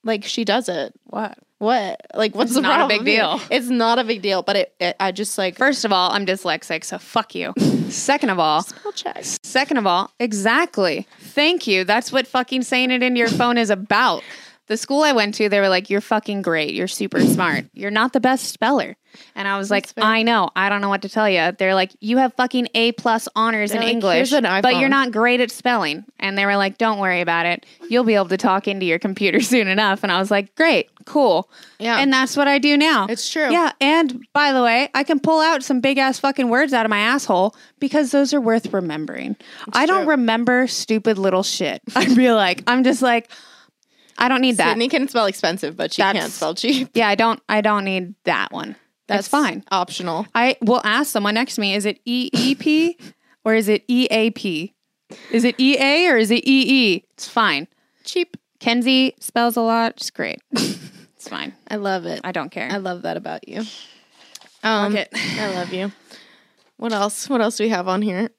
S1: like she does it
S2: What?
S1: what? Like, what's
S2: It's
S1: the
S2: not a
S1: problem
S2: big
S1: here?
S2: deal.
S1: It's not a big deal, but it, it I just like
S2: First of all, I'm dyslexic, so fuck you. Second of all,
S1: I'll check.
S2: Second of all, exactly. Thank you. That's what fucking saying it into your phone is about. The school I went to, they were like, "You're fucking great. You're super smart. You're not the best speller." And I was like, "I know. I don't know what to tell you." They're like, "You have fucking A plus honors in
S1: They're like,
S2: English,
S1: "Here's an
S2: but you're
S1: iPhone."
S2: not great at spelling." And they were like, "Don't worry about it. You'll be able to talk into your computer soon enough." And I was like, "Great, cool."
S1: Yeah.
S2: And that's what I do now.
S1: It's true.
S2: Yeah. And by the way, I can pull out some big ass fucking words out of my asshole because those are worth remembering. I don't remember stupid little shit. I feel like I'm just like, I don't need that.
S1: Sydney can spell expensive, but she can't
S2: That's-
S1: spell cheap.
S2: Yeah, I don't. I don't need that one. That's fine.
S1: Optional.
S2: I will ask someone next to me. Is it E E P or is it E A P? Is it E A or is it E E? It's fine.
S1: Cheap.
S2: Kenzie spells a lot. She's great. it's fine.
S1: I love it.
S2: I don't care.
S1: I love that about you. Um,
S2: it.
S1: I love you. What else? What else do we have on here?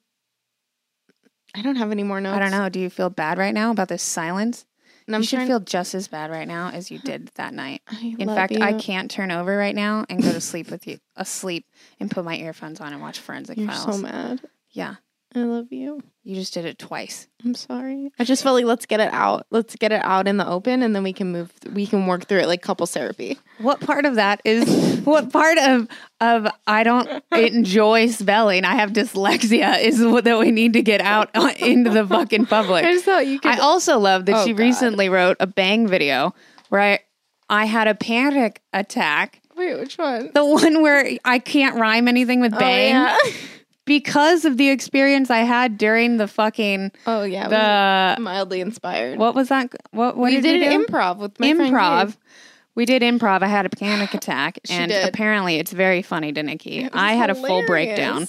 S1: I don't have any more notes.
S2: I don't know. Do you feel bad right now about this silence?
S1: And I'm
S2: you should
S1: trying-
S2: feel just as bad right now as you did that night.
S1: I
S2: In
S1: love
S2: fact, I
S1: you.
S2: can't turn over right now and go to sleep with you, asleep, and put my earphones on and watch Forensic
S1: You're
S2: Files.
S1: so mad.
S2: yeah,
S1: I love you.
S2: you just did it twice.
S1: I'm sorry. I just felt like let's get it out. Let's get it out in the open, and then we can move. We can work through it like couple therapy.
S2: What part of that is what part of of I don't enjoy spelling. I have dyslexia is what that we need to get out on- into the fucking public.
S1: I just thought you could.
S2: I also love that
S1: Oh,
S2: she
S1: God.
S2: recently wrote a bang video where I I had a panic attack.
S1: wait, which one?
S2: The one where I can't rhyme anything with bang
S1: Oh yeah.
S2: because of the experience I had during the fucking
S1: oh yeah. we
S2: the
S1: were mildly inspired.
S2: what was that? What what
S1: we
S2: did,
S1: did
S2: we
S1: an
S2: do?
S1: improv with my friend
S2: improv.
S1: Gabe.
S2: We did improv. I had a panic attack, and
S1: did.
S2: apparently it's very funny to Nikki.
S1: was
S2: I had a full breakdown,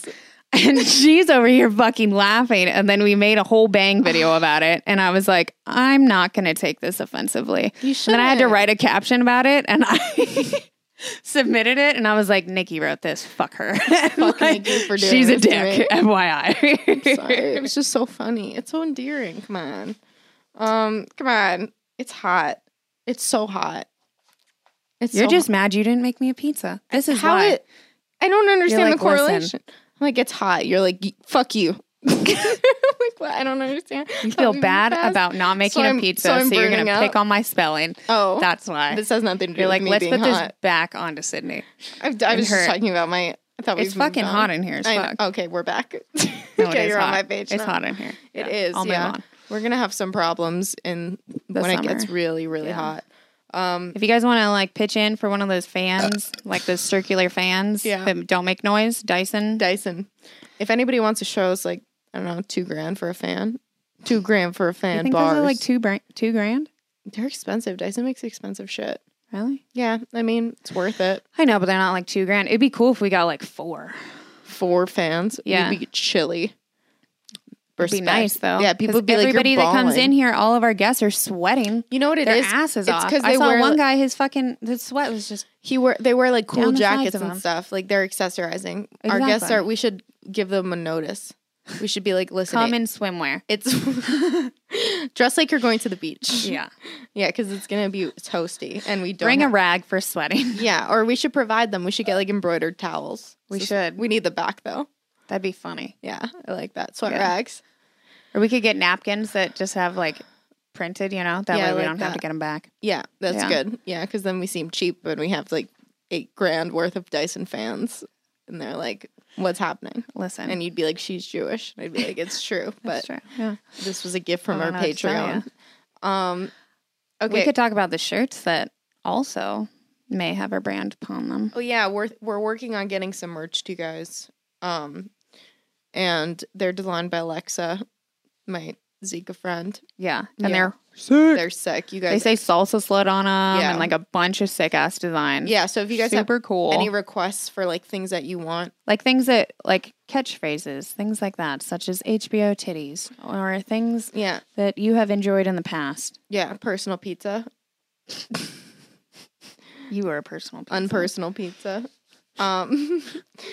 S1: hilarious.
S2: and she's over here fucking laughing. And then we made a whole bang video about it, and I was like, I'm not going to take this offensively.
S1: You
S2: And then I had to
S1: shouldn't.
S2: write a caption about it, and I. Submitted it and I was like, Nikki wrote this. Fuck her. Fuck
S1: Nikki for doing
S2: she's a
S1: this to me.
S2: dick. FYI.
S1: Sorry, it was just so funny. It's so endearing. Come on, um, come on. It's hot. It's so hot. It's
S2: You're
S1: so
S2: just mad you didn't make me a pizza. This is why.
S1: it- I don't understand
S2: like,
S1: the
S2: "Listen."
S1: correlation. I'm like it's hot. You're like "Y- fuck you. I'm like what? I don't understand.
S2: You feel bad about not making
S1: So
S2: a
S1: I'm- so
S2: pizza, so,
S1: I'm
S2: you're gonna
S1: burning
S2: pick
S1: up.
S2: on my spelling.
S1: Oh,
S2: That's why.
S1: this has nothing to do
S2: you're
S1: with
S2: like,
S1: me
S2: let's
S1: being
S2: put this
S1: hot.
S2: back onto Sydney.
S1: I, I was
S2: hurt.
S1: just talking about my. I thought we
S2: It's fucking hot in here as
S1: I know.
S2: fuck.
S1: Okay, we're back.
S2: No, it
S1: okay,
S2: is
S1: you're on
S2: hot.
S1: my page.
S2: It's
S1: now.
S2: hot in here.
S1: It
S2: Yeah,
S1: is.
S2: I'll move
S1: yeah,
S2: on.
S1: we're gonna have some problems in when it gets
S2: summer.
S1: really, really hot. Um,
S2: If you guys want to like pitch in for one of those fans, like those circular fans
S1: Yeah.
S2: that don't make noise, Dyson.
S1: Dyson. If anybody wants to show us, like I don't know, two grand for a fan, two grand for a
S2: I
S1: fan
S2: think
S1: bars.
S2: those are like two bra- two grand.
S1: They're expensive. Dyson makes expensive shit.
S2: Really?
S1: Yeah, I mean it's worth it.
S2: I know, but they're not like two grand. It'd be cool if we got like four.
S1: Four fans.
S2: Yeah.
S1: we'd be chilly.
S2: It'd
S1: Respect.
S2: be nice though.
S1: Yeah, people
S2: 'Cause
S1: would be like,
S2: everybody that comes in
S1: here.
S2: here, all of our guests are sweating.
S1: You know what it
S2: their
S1: is?
S2: asses
S1: it's
S2: off.
S1: because
S2: I
S1: they
S2: saw
S1: wear
S2: one
S1: like-
S2: guy, his fucking the sweat was just
S1: He wear they wear like cool
S2: Down the sides
S1: jackets
S2: of
S1: and
S2: them.
S1: stuff. Like they're accessorizing. Our guests
S2: Exactly.
S1: are. We should give them a notice. We should be like, listen,
S2: come
S1: it-
S2: in swimwear.
S1: it's dress like you're going to the beach.
S2: Yeah.
S1: Yeah, because it's gonna be toasty, and we don't
S2: Bring
S1: have-
S2: a rag for sweating.
S1: Yeah, or we should provide them. We should get like embroidered towels.
S2: We
S1: So-
S2: should.
S1: We need the back though.
S2: That'd be funny.
S1: Yeah, I like that. Sweat
S2: Yeah.
S1: rags.
S2: Or we could get napkins that just have like printed, you know, that
S1: Yeah, I
S2: way we
S1: like
S2: don't have to
S1: that.
S2: get them back.
S1: Yeah, that's
S2: Yeah.
S1: good. Yeah, because then we seem cheap and we have like eight grand worth of Dyson fans, and they're like, "What's happening?"
S2: Listen.
S1: And you'd be like, "She's Jewish." And I'd be like, "It's true," but
S2: That's true. Yeah.
S1: this was a gift from
S2: I
S1: our
S2: don't know what to tell
S1: Patreon. Um,
S2: We
S1: okay.
S2: could talk about the shirts that also may have our brand upon them.
S1: Oh yeah, we're we're working on getting some merch to you guys. Um, and they're designed by Alexa, my Zika friend.
S2: Yeah.
S1: Yeah.
S2: And they're
S1: They're sick. You
S2: they
S1: guys
S2: say salsa slut on them
S1: Yeah.
S2: and like a bunch of sick ass designs.
S1: Yeah, so if you guys
S2: Super
S1: have
S2: cool.
S1: any requests for like things that you want,
S2: like things that like catchphrases, things like that, such as HBO titties or things
S1: yeah,
S2: that you have enjoyed in the past.
S1: yeah, personal pizza,
S2: You are a personal person.
S1: unpersonal pizza. Um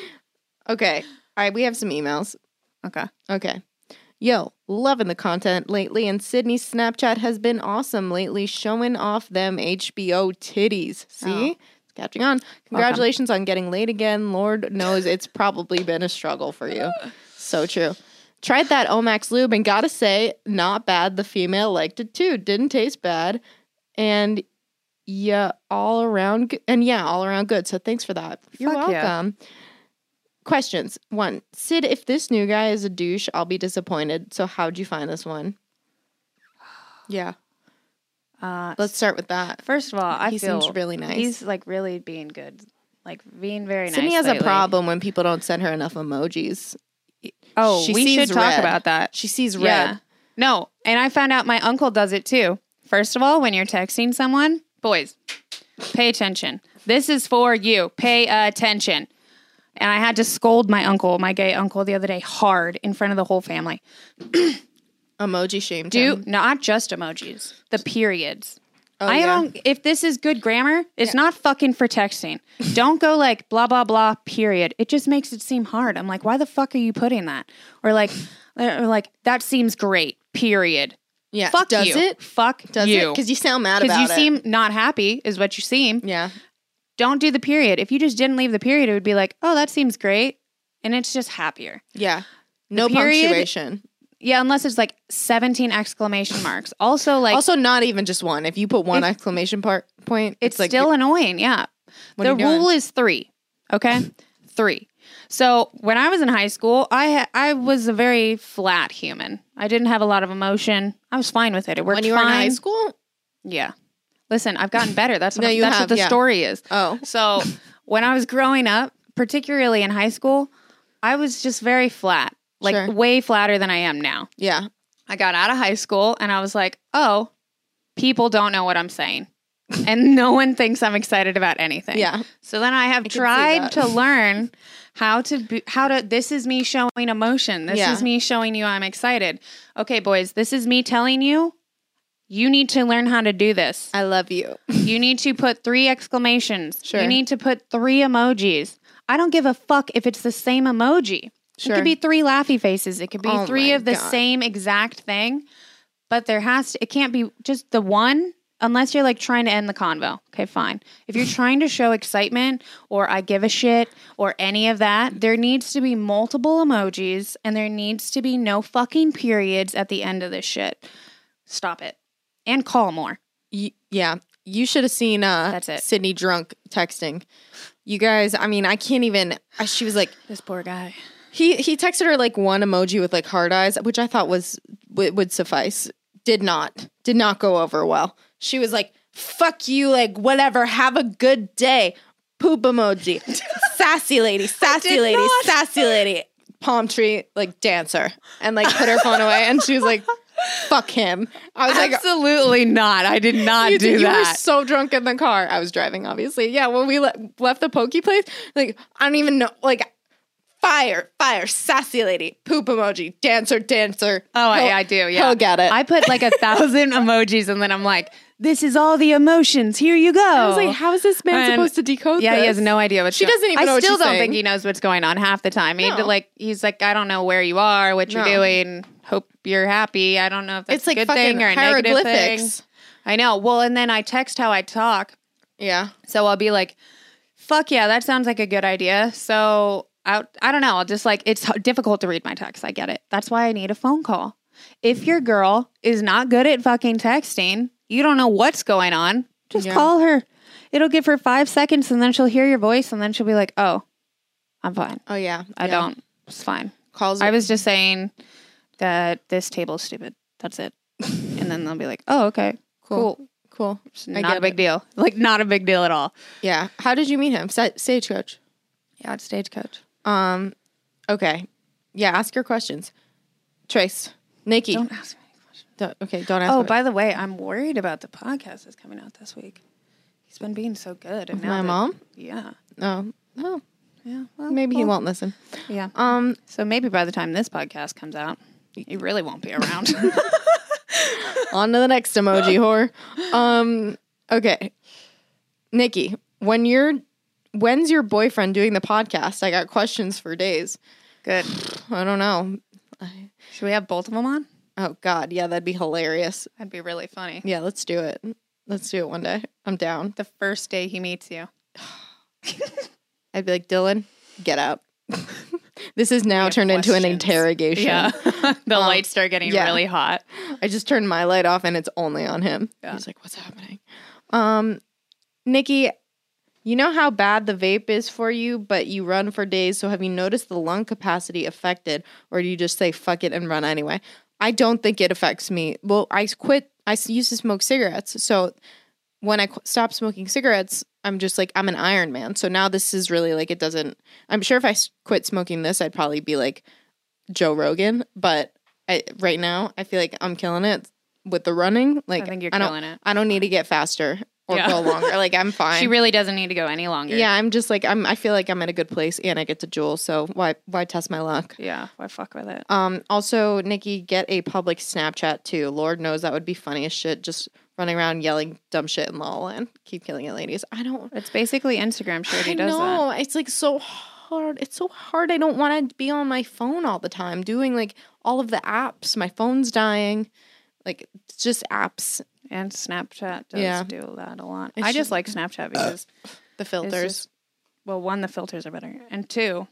S1: Okay. All right, we have some emails.
S2: Okay.
S1: Okay. Yo, loving the content lately, and Sydney's Snapchat has been awesome lately, showing off them HBO titties. See? It's catching on. Congratulations on getting laid again. Lord knows it's probably been a struggle for you. So true. Tried that Omax lube and gotta say, not bad. The female liked it too. Didn't taste bad. And yeah, all around g- and yeah, all around good. So thanks for that. You're
S2: Fuck yeah.
S1: welcome. Questions. One, Sid, if this new guy is a douche, I'll be disappointed. So how'd you find this one? Yeah.
S2: Uh,
S1: Let's start with that.
S2: First of all, I
S1: He
S2: feel
S1: seems really nice.
S2: He's like really being good, like being very nice.
S1: Sydney has a
S2: lately.
S1: problem when people don't send her enough emojis.
S2: Oh,
S1: She
S2: we
S1: sees
S2: should talk
S1: red.
S2: about that.
S1: She sees red.
S2: Yeah. No, and I found out my uncle does it too. First of all, when you're texting someone, boys, pay attention. This is for you. Pay attention. And I had to scold my uncle, my gay uncle, the other day hard in front of the whole family.
S1: Emoji shame.
S2: Do not just emojis, the periods. I
S1: Oh, yeah.
S2: don't. If this is good grammar, it's not fucking for texting. don't go like blah blah blah. Period. It just makes it seem hard. I'm like, why the fuck are you putting that? Or like, uh, or like that seems great. Period.
S1: Yeah.
S2: Fuck
S1: does
S2: you.
S1: it?
S2: Fuck
S1: Does
S2: you.
S1: it? Because you sound mad
S2: Because
S1: about
S2: you
S1: it.
S2: seem not happy is what you seem.
S1: yeah.
S2: Don't do the period. If you just didn't leave the period, it would be like, oh, that seems great, and it's just happier.
S1: Yeah. No
S2: period-
S1: punctuation.
S2: Yeah, unless it's like 17 exclamation marks. Also, like
S1: also, not even just one. If you put one exclamation part point,
S2: It's,
S1: it's, like
S2: still annoying. Yeah.
S1: What
S2: the
S1: are you doing?
S2: rule is three. Okay. three. So when I was in high school, I ha- I was a very flat human. I didn't have a lot of emotion. I was fine with it. It worked
S1: when you were
S2: fine.
S1: in high school.
S2: Yeah. Listen, I've gotten better. That's what,
S1: No,
S2: I'm-
S1: you
S2: that's
S1: have,
S2: what the
S1: yeah.
S2: story is.
S1: Oh.
S2: So when I was growing up, particularly in high school, I was just very flat. Like
S1: Sure.
S2: way flatter than I am now.
S1: Yeah.
S2: I got out of high school and I was like, oh, people don't know what I'm saying. and no one thinks I'm excited about anything.
S1: Yeah.
S2: So then I have
S1: can see
S2: tried
S1: that.
S2: to learn how to be, how to this is me showing emotion. This
S1: Yeah.
S2: is me showing you I'm excited. Okay, boys, this is me telling you you need to learn how to do this.
S1: I love you.
S2: You need to put three exclamations.
S1: Sure.
S2: You need to put three emojis. I don't give a fuck if it's the same emoji. It
S1: Sure.
S2: could be three laughy faces. It could be
S1: Oh
S2: three
S1: my
S2: of the
S1: God.
S2: same exact thing. But there has to it can't be just the one unless you're like trying to end the convo. Okay, fine. If you're trying to show excitement or I give a shit or any of that, there needs to be multiple emojis and there needs to be no fucking periods at the end of this shit. Stop it. And call more.
S1: Y- yeah. You should have seen uh
S2: That's it.
S1: Sydney drunk texting. You guys, I mean, I can't even. I- She was like,
S2: This poor guy.
S1: He he texted her like one emoji with like hard eyes, which I thought was w- would suffice. Did not did not go over well. She was like, "Fuck you, like whatever. Have a good day." Poop emoji, sassy lady, sassy lady, sassy lady, palm tree like dancer, and like put her phone away, and she was like, "Fuck him." I was like,
S2: Absolutely not. I did not
S1: you,
S2: do
S1: did- you were
S2: that.
S1: so drunk in the car. I was driving, obviously. Yeah, when we le- left the pokey place, like I don't even know, like fire, fire, sassy lady, poop emoji, dancer, dancer.
S2: oh, I,
S1: He'll-
S2: I do. Yeah.
S1: he'll get it.
S2: I put like a thousand emojis and then I'm like, this is all the emotions. Here you go.
S1: I was like, how is this man
S2: And-
S1: supposed to decode?
S2: yeah,
S1: this?
S2: he has no idea what
S1: She doesn't even
S2: I
S1: know what
S2: still
S1: she's
S2: don't
S1: saying.
S2: think he knows what's going on half the time. He
S1: No.
S2: like he's like, I don't know where you are, what you're
S1: No.
S2: doing. Hope you're happy. I don't know if that's
S1: It's like
S2: a good
S1: fucking
S2: thing or a negative thing.
S1: hieroglyphics.
S2: I know. Well, and then I text how I talk,
S1: Yeah,
S2: so I'll be like, fuck yeah, that sounds like a good idea. So I, I don't know. I'll just like, it's h- difficult to read my text. I get it. That's why I need a phone call. If your girl is not good at fucking texting, you don't know what's going on, just
S1: Yeah.
S2: call her. It'll give her five seconds and then she'll hear your voice and then she'll be like, oh, I'm fine.
S1: oh yeah,
S2: I
S1: Yeah.
S2: don't. It's fine.
S1: calls.
S2: I was just saying that this table's stupid. That's it. and then they'll be like, oh, okay, cool.
S1: cool.
S2: It's
S1: I
S2: not
S1: get
S2: a big deal. Like, not a big deal at all.
S1: Yeah, how did you meet him? Sa- Stagecoach.
S2: Yeah, it's stagecoach.
S1: Um, okay, yeah. Ask your questions, Trace, Nikki.
S2: Don't ask me.
S1: Don't- okay, don't ask.
S2: Oh,
S1: me.
S2: by the way, I'm worried about the podcast that's coming out this week. He's been being so good. And now
S1: my
S2: that-
S1: mom.
S2: Yeah.
S1: Oh, oh,
S2: Yeah. Well,
S1: maybe he
S2: well,
S1: won't listen.
S2: Yeah.
S1: Um,
S2: So maybe by the time this podcast comes out, he really won't be around.
S1: on to the next emoji whore. Um, okay, Nikki, when you're when's your boyfriend doing the podcast? I got questions for days.
S2: good.
S1: I don't know.
S2: Should we have both of them on?
S1: Oh God, yeah, that'd be hilarious.
S2: That'd be really funny.
S1: Yeah, let's do it. Let's do it one day. I'm down.
S2: The first day he meets you.
S1: I'd be like, Dylan, get up. this is now turned into an
S2: questions.
S1: interrogation.
S2: the lights start getting
S1: Um, yeah.
S2: really hot.
S1: I just turned my light off and it's only on him.
S2: Yeah.
S1: He's like, what's happening? Um, Nikki, you know how bad the vape is for you, but you run for days. So have you noticed the lung capacity affected, or do you just say fuck it and run anyway? I don't think it affects me. Well, I quit. I s- used to smoke cigarettes, so when I qu- stopped smoking cigarettes, I'm just like I'm an Iron Man. So now this is really like it doesn't. I'm sure if I s- quit smoking this, I'd probably be like Joe Rogan. But I, right now, I feel like I'm killing it. with the running. Like
S2: think you're
S1: don't,
S2: killing it.
S1: I don't need to get faster or
S2: Yeah.
S1: go longer. Like I'm fine.
S2: She really doesn't need to go any longer.
S1: yeah, I'm just like I'm. I feel like I'm at a good place, and I get to Jewel. So why why test my luck?
S2: Yeah. Why fuck with it?
S1: Um, also, Nikki, get a public Snapchat too. Lord knows that would be funny as shit. Just running around yelling dumb shit in La La Land. Keep killing it, ladies. I don't.
S2: It's basically Instagram. She already
S1: I
S2: does that.
S1: know it's like so hard. It's so hard. I don't want to be on my phone all the time doing like all of the apps. My phone's dying. Like it's just apps.
S2: And Snapchat does
S1: Yeah.
S2: do that a lot.
S1: It's
S2: I just
S1: just-
S2: like Snapchat because,
S1: The filters.
S2: just- well, one, the filters are better. And two,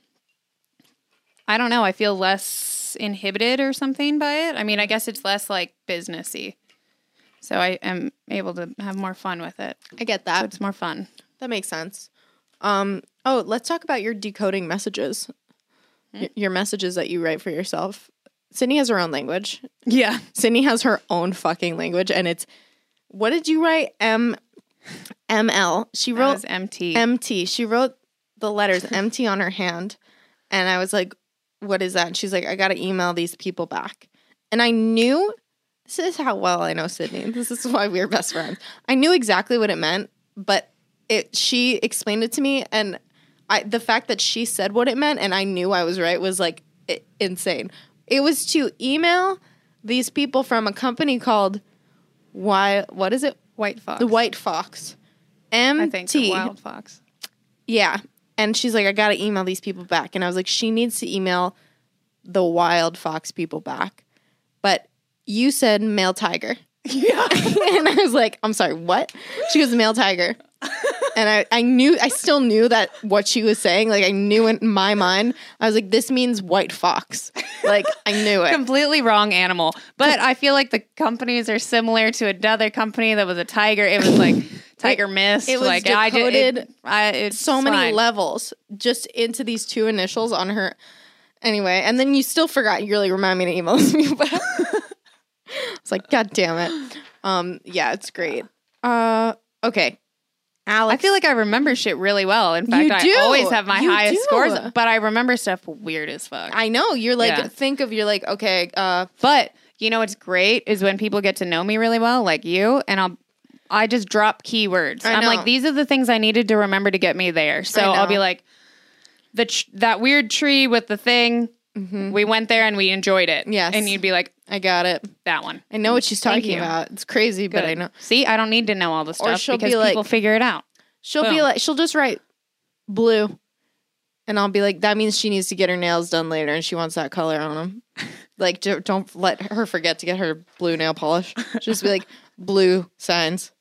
S2: I don't know. I feel less inhibited or something by it. I mean, I guess it's less like businessy. So I am able to have more fun with it.
S1: I get
S2: So
S1: that.
S2: it's more fun.
S1: That makes sense. Um. Oh, let's talk about your decoding messages. Y- Your messages that you write for yourself. Sydney has her own language.
S2: Yeah.
S1: Sydney has her own fucking language, and it's what did you write? M M L. She
S2: That
S1: wrote
S2: was MT.
S1: M T. She wrote the letters M T on her hand, and I was like, "What is that?" And she's like, "I got to email these people back." And I knew this is how well I know Sydney. This is why we're best friends. I knew exactly what it meant, but it she explained it to me, and I the fact that she said what it meant and I knew I was right was like i insane. It was to email these people from a company called why what is it
S2: White Fox.
S1: the White Fox. M
S2: I think the Wild Fox.
S1: yeah. And she's like, I got to email these people back. And I was like, she needs to email the wild fox people back. But you said male tiger.
S2: Yeah.
S1: and I was like, I'm sorry, what? She goes, male tiger. And I, I knew, I still knew that what she was saying. Like, I knew in my mind, I was like, this means white fox. Like, I knew it.
S2: Completely wrong animal. But I feel like the companies are similar to another company that was a tiger. It was like Tiger Mist.
S1: it was
S2: like I did it,
S1: decoded
S2: I, it's
S1: so many
S2: fine.
S1: levels just into these two initials on her. Anyway, and then you still forgot. You really remind me to email me, but it's like, God damn it. Um, yeah, it's great. Uh, okay,
S2: I
S1: Alex.
S2: feel like I remember shit really well. In fact,
S1: You do.
S2: I always have my
S1: You
S2: highest
S1: do.
S2: scores, but I remember stuff weird as fuck.
S1: I know you're like
S2: Yeah.
S1: think of you're like okay. Uh,
S2: But you know what's great is when people get to know me really well, like you, and I'll I just drop keywords.
S1: I
S2: I'm
S1: know.
S2: like, these are the things I needed to remember to get me there. So
S1: I
S2: I'll
S1: know.
S2: be like, the tr- that weird tree with the thing. We went there and we enjoyed it.
S1: Mm-hmm. Yes.
S2: and you'd be like
S1: I got it.
S2: that one.
S1: I know what she's talking
S2: you.
S1: about. It's crazy, but I know
S2: See, I don't need to know all the stuff
S1: she'll
S2: because
S1: be like-
S2: people figure it out.
S1: she'll be
S2: Boom.
S1: like she'll just write blue, and I'll be like that means she needs to get her nails done later, and she wants that color on them. Like, don't- don't let her forget to get her blue nail polish. Just be like, blue signs,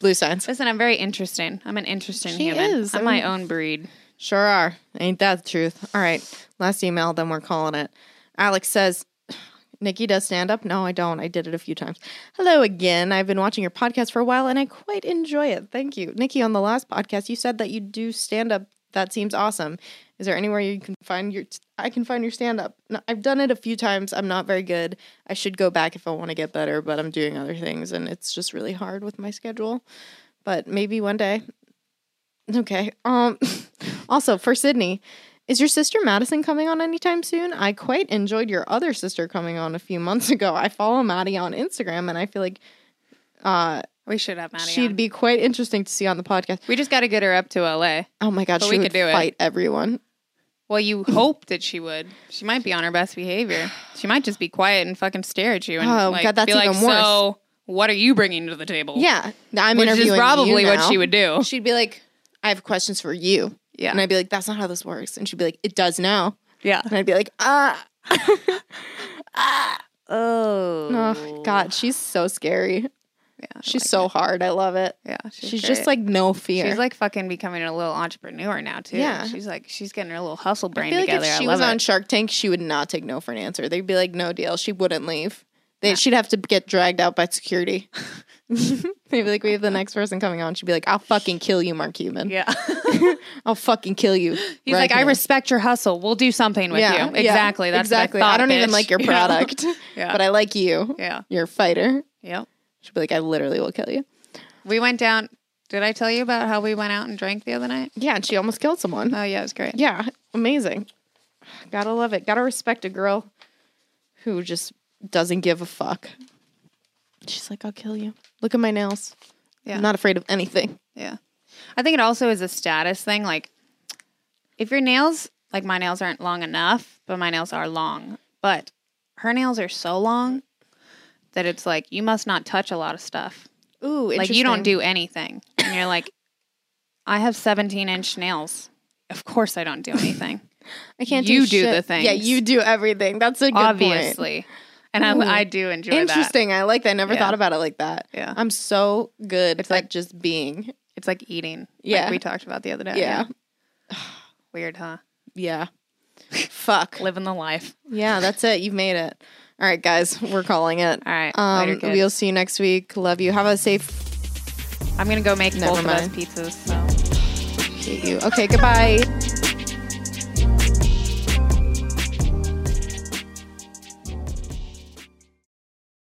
S1: blue signs.
S2: Listen, I'm very interesting. I'm an interesting
S1: She
S2: human.
S1: is.
S2: I'm
S1: I mean-
S2: my own breed.
S1: Sure are. Ain't that the truth? All right, last email, then we're calling it. Alex says, Nikki does stand up. No, I don't. I did it a few times. Hello again. I've been watching your podcast for a while and I quite enjoy it. Thank you. Nikki, on the last podcast, you said that you do stand up. That seems awesome. Is there anywhere you can find your I can find your stand up? No, I've done it a few times. I'm not very good. I should go back if I want to get better, but I'm doing other things and it's just really hard with my schedule. But maybe one day. Okay. Um also for Sydney, is your sister Madison coming on anytime soon? I quite enjoyed your other sister coming on a few months ago. I follow Maddie on Instagram and I feel like
S2: We should have Maddie.
S1: she'd
S2: on.
S1: be quite interesting to see on the podcast.
S2: We just got to get her up to LA.
S1: Oh my god,
S2: But
S1: she
S2: we
S1: would
S2: could do it.
S1: fight everyone.
S2: Well, you hope that she would. She might be on her best behavior. She might just be quiet and fucking stare at you and
S1: Oh,
S2: like,
S1: God, that's
S2: be like,
S1: even worse.
S2: "So, what are you bringing to the table?"
S1: Yeah. I'm
S2: which
S1: interviewing
S2: is
S1: you
S2: probably what
S1: now.
S2: she would do.
S1: She'd be like, I have questions for you.
S2: Yeah.
S1: And I'd be like, that's not how this works. And she'd be like, it does now.
S2: Yeah.
S1: And I'd be like, ah,
S2: Oh.
S1: oh, God, she's so scary.
S2: Yeah.
S1: She's so hard. I love it.
S2: Yeah.
S1: She's, just like no fear.
S2: She's like fucking becoming a little entrepreneur now too.
S1: Yeah.
S2: She's like she's getting her little hustle
S1: I
S2: brain
S1: feel like
S2: together.
S1: if she
S2: I love
S1: was on
S2: it.
S1: Shark Tank, she would not take no for an answer. They'd be like, no deal. She wouldn't leave. They, She'd have to get dragged out by security. They'd be like, we have the next person coming on. She'd be like, I'll fucking kill you, Mark Cuban.
S2: yeah.
S1: I'll fucking kill you.
S2: He's like, I
S1: respect
S2: respect your hustle. We'll do something with you. Exactly. That's what
S1: exactly.
S2: I, thought,
S1: I don't even
S2: bitch.
S1: like your
S2: Yeah.
S1: product,
S2: Yeah.
S1: but I like you.
S2: Yeah.
S1: You're a fighter.
S2: Yep.
S1: She'd be like, I literally will kill you.
S2: We went down. Did I tell you about how we went out and drank the other night?
S1: Yeah, and she almost killed someone.
S2: Oh yeah, it was great.
S1: yeah, amazing. Gotta love it. Gotta respect a girl who just doesn't give a fuck. She's like, I'll kill you. Look at my nails.
S2: Yeah.
S1: I'm not afraid of anything.
S2: Yeah. I think it also is a status thing. Like, if your nails, like my nails aren't long enough, but my nails are long, but her nails are so long that it's like, you must not touch a lot of stuff.
S1: Ooh,
S2: Like, you don't do anything. And you're like, I have 17 inch nails. Of course, I don't do anything.
S1: I can't.
S2: you
S1: do,
S2: do
S1: shit.
S2: the things.
S1: Yeah, you do everything. That's a good point.
S2: Obviously. And
S1: Ooh.
S2: I, I do enjoy that.
S1: Interesting. I like that. I never
S2: Yeah.
S1: thought about it like that.
S2: Yeah.
S1: I'm so good
S2: It's
S1: at
S2: like-
S1: just being.
S2: It's like eating. Yeah.
S1: Yeah.
S2: we talked about the other day.
S1: Yeah.
S2: Weird, huh?
S1: Yeah. Fuck.
S2: Living the life.
S1: Yeah, that's it. You've made it. All right, guys, we're calling it.
S2: All right.
S1: Um,
S2: later, kid.
S1: we'll see you next week. Love you. Have a safe
S2: I'm going to go make
S1: Never
S2: both of us
S1: mind.
S2: pizzas. So.
S1: day. You. Okay, goodbye.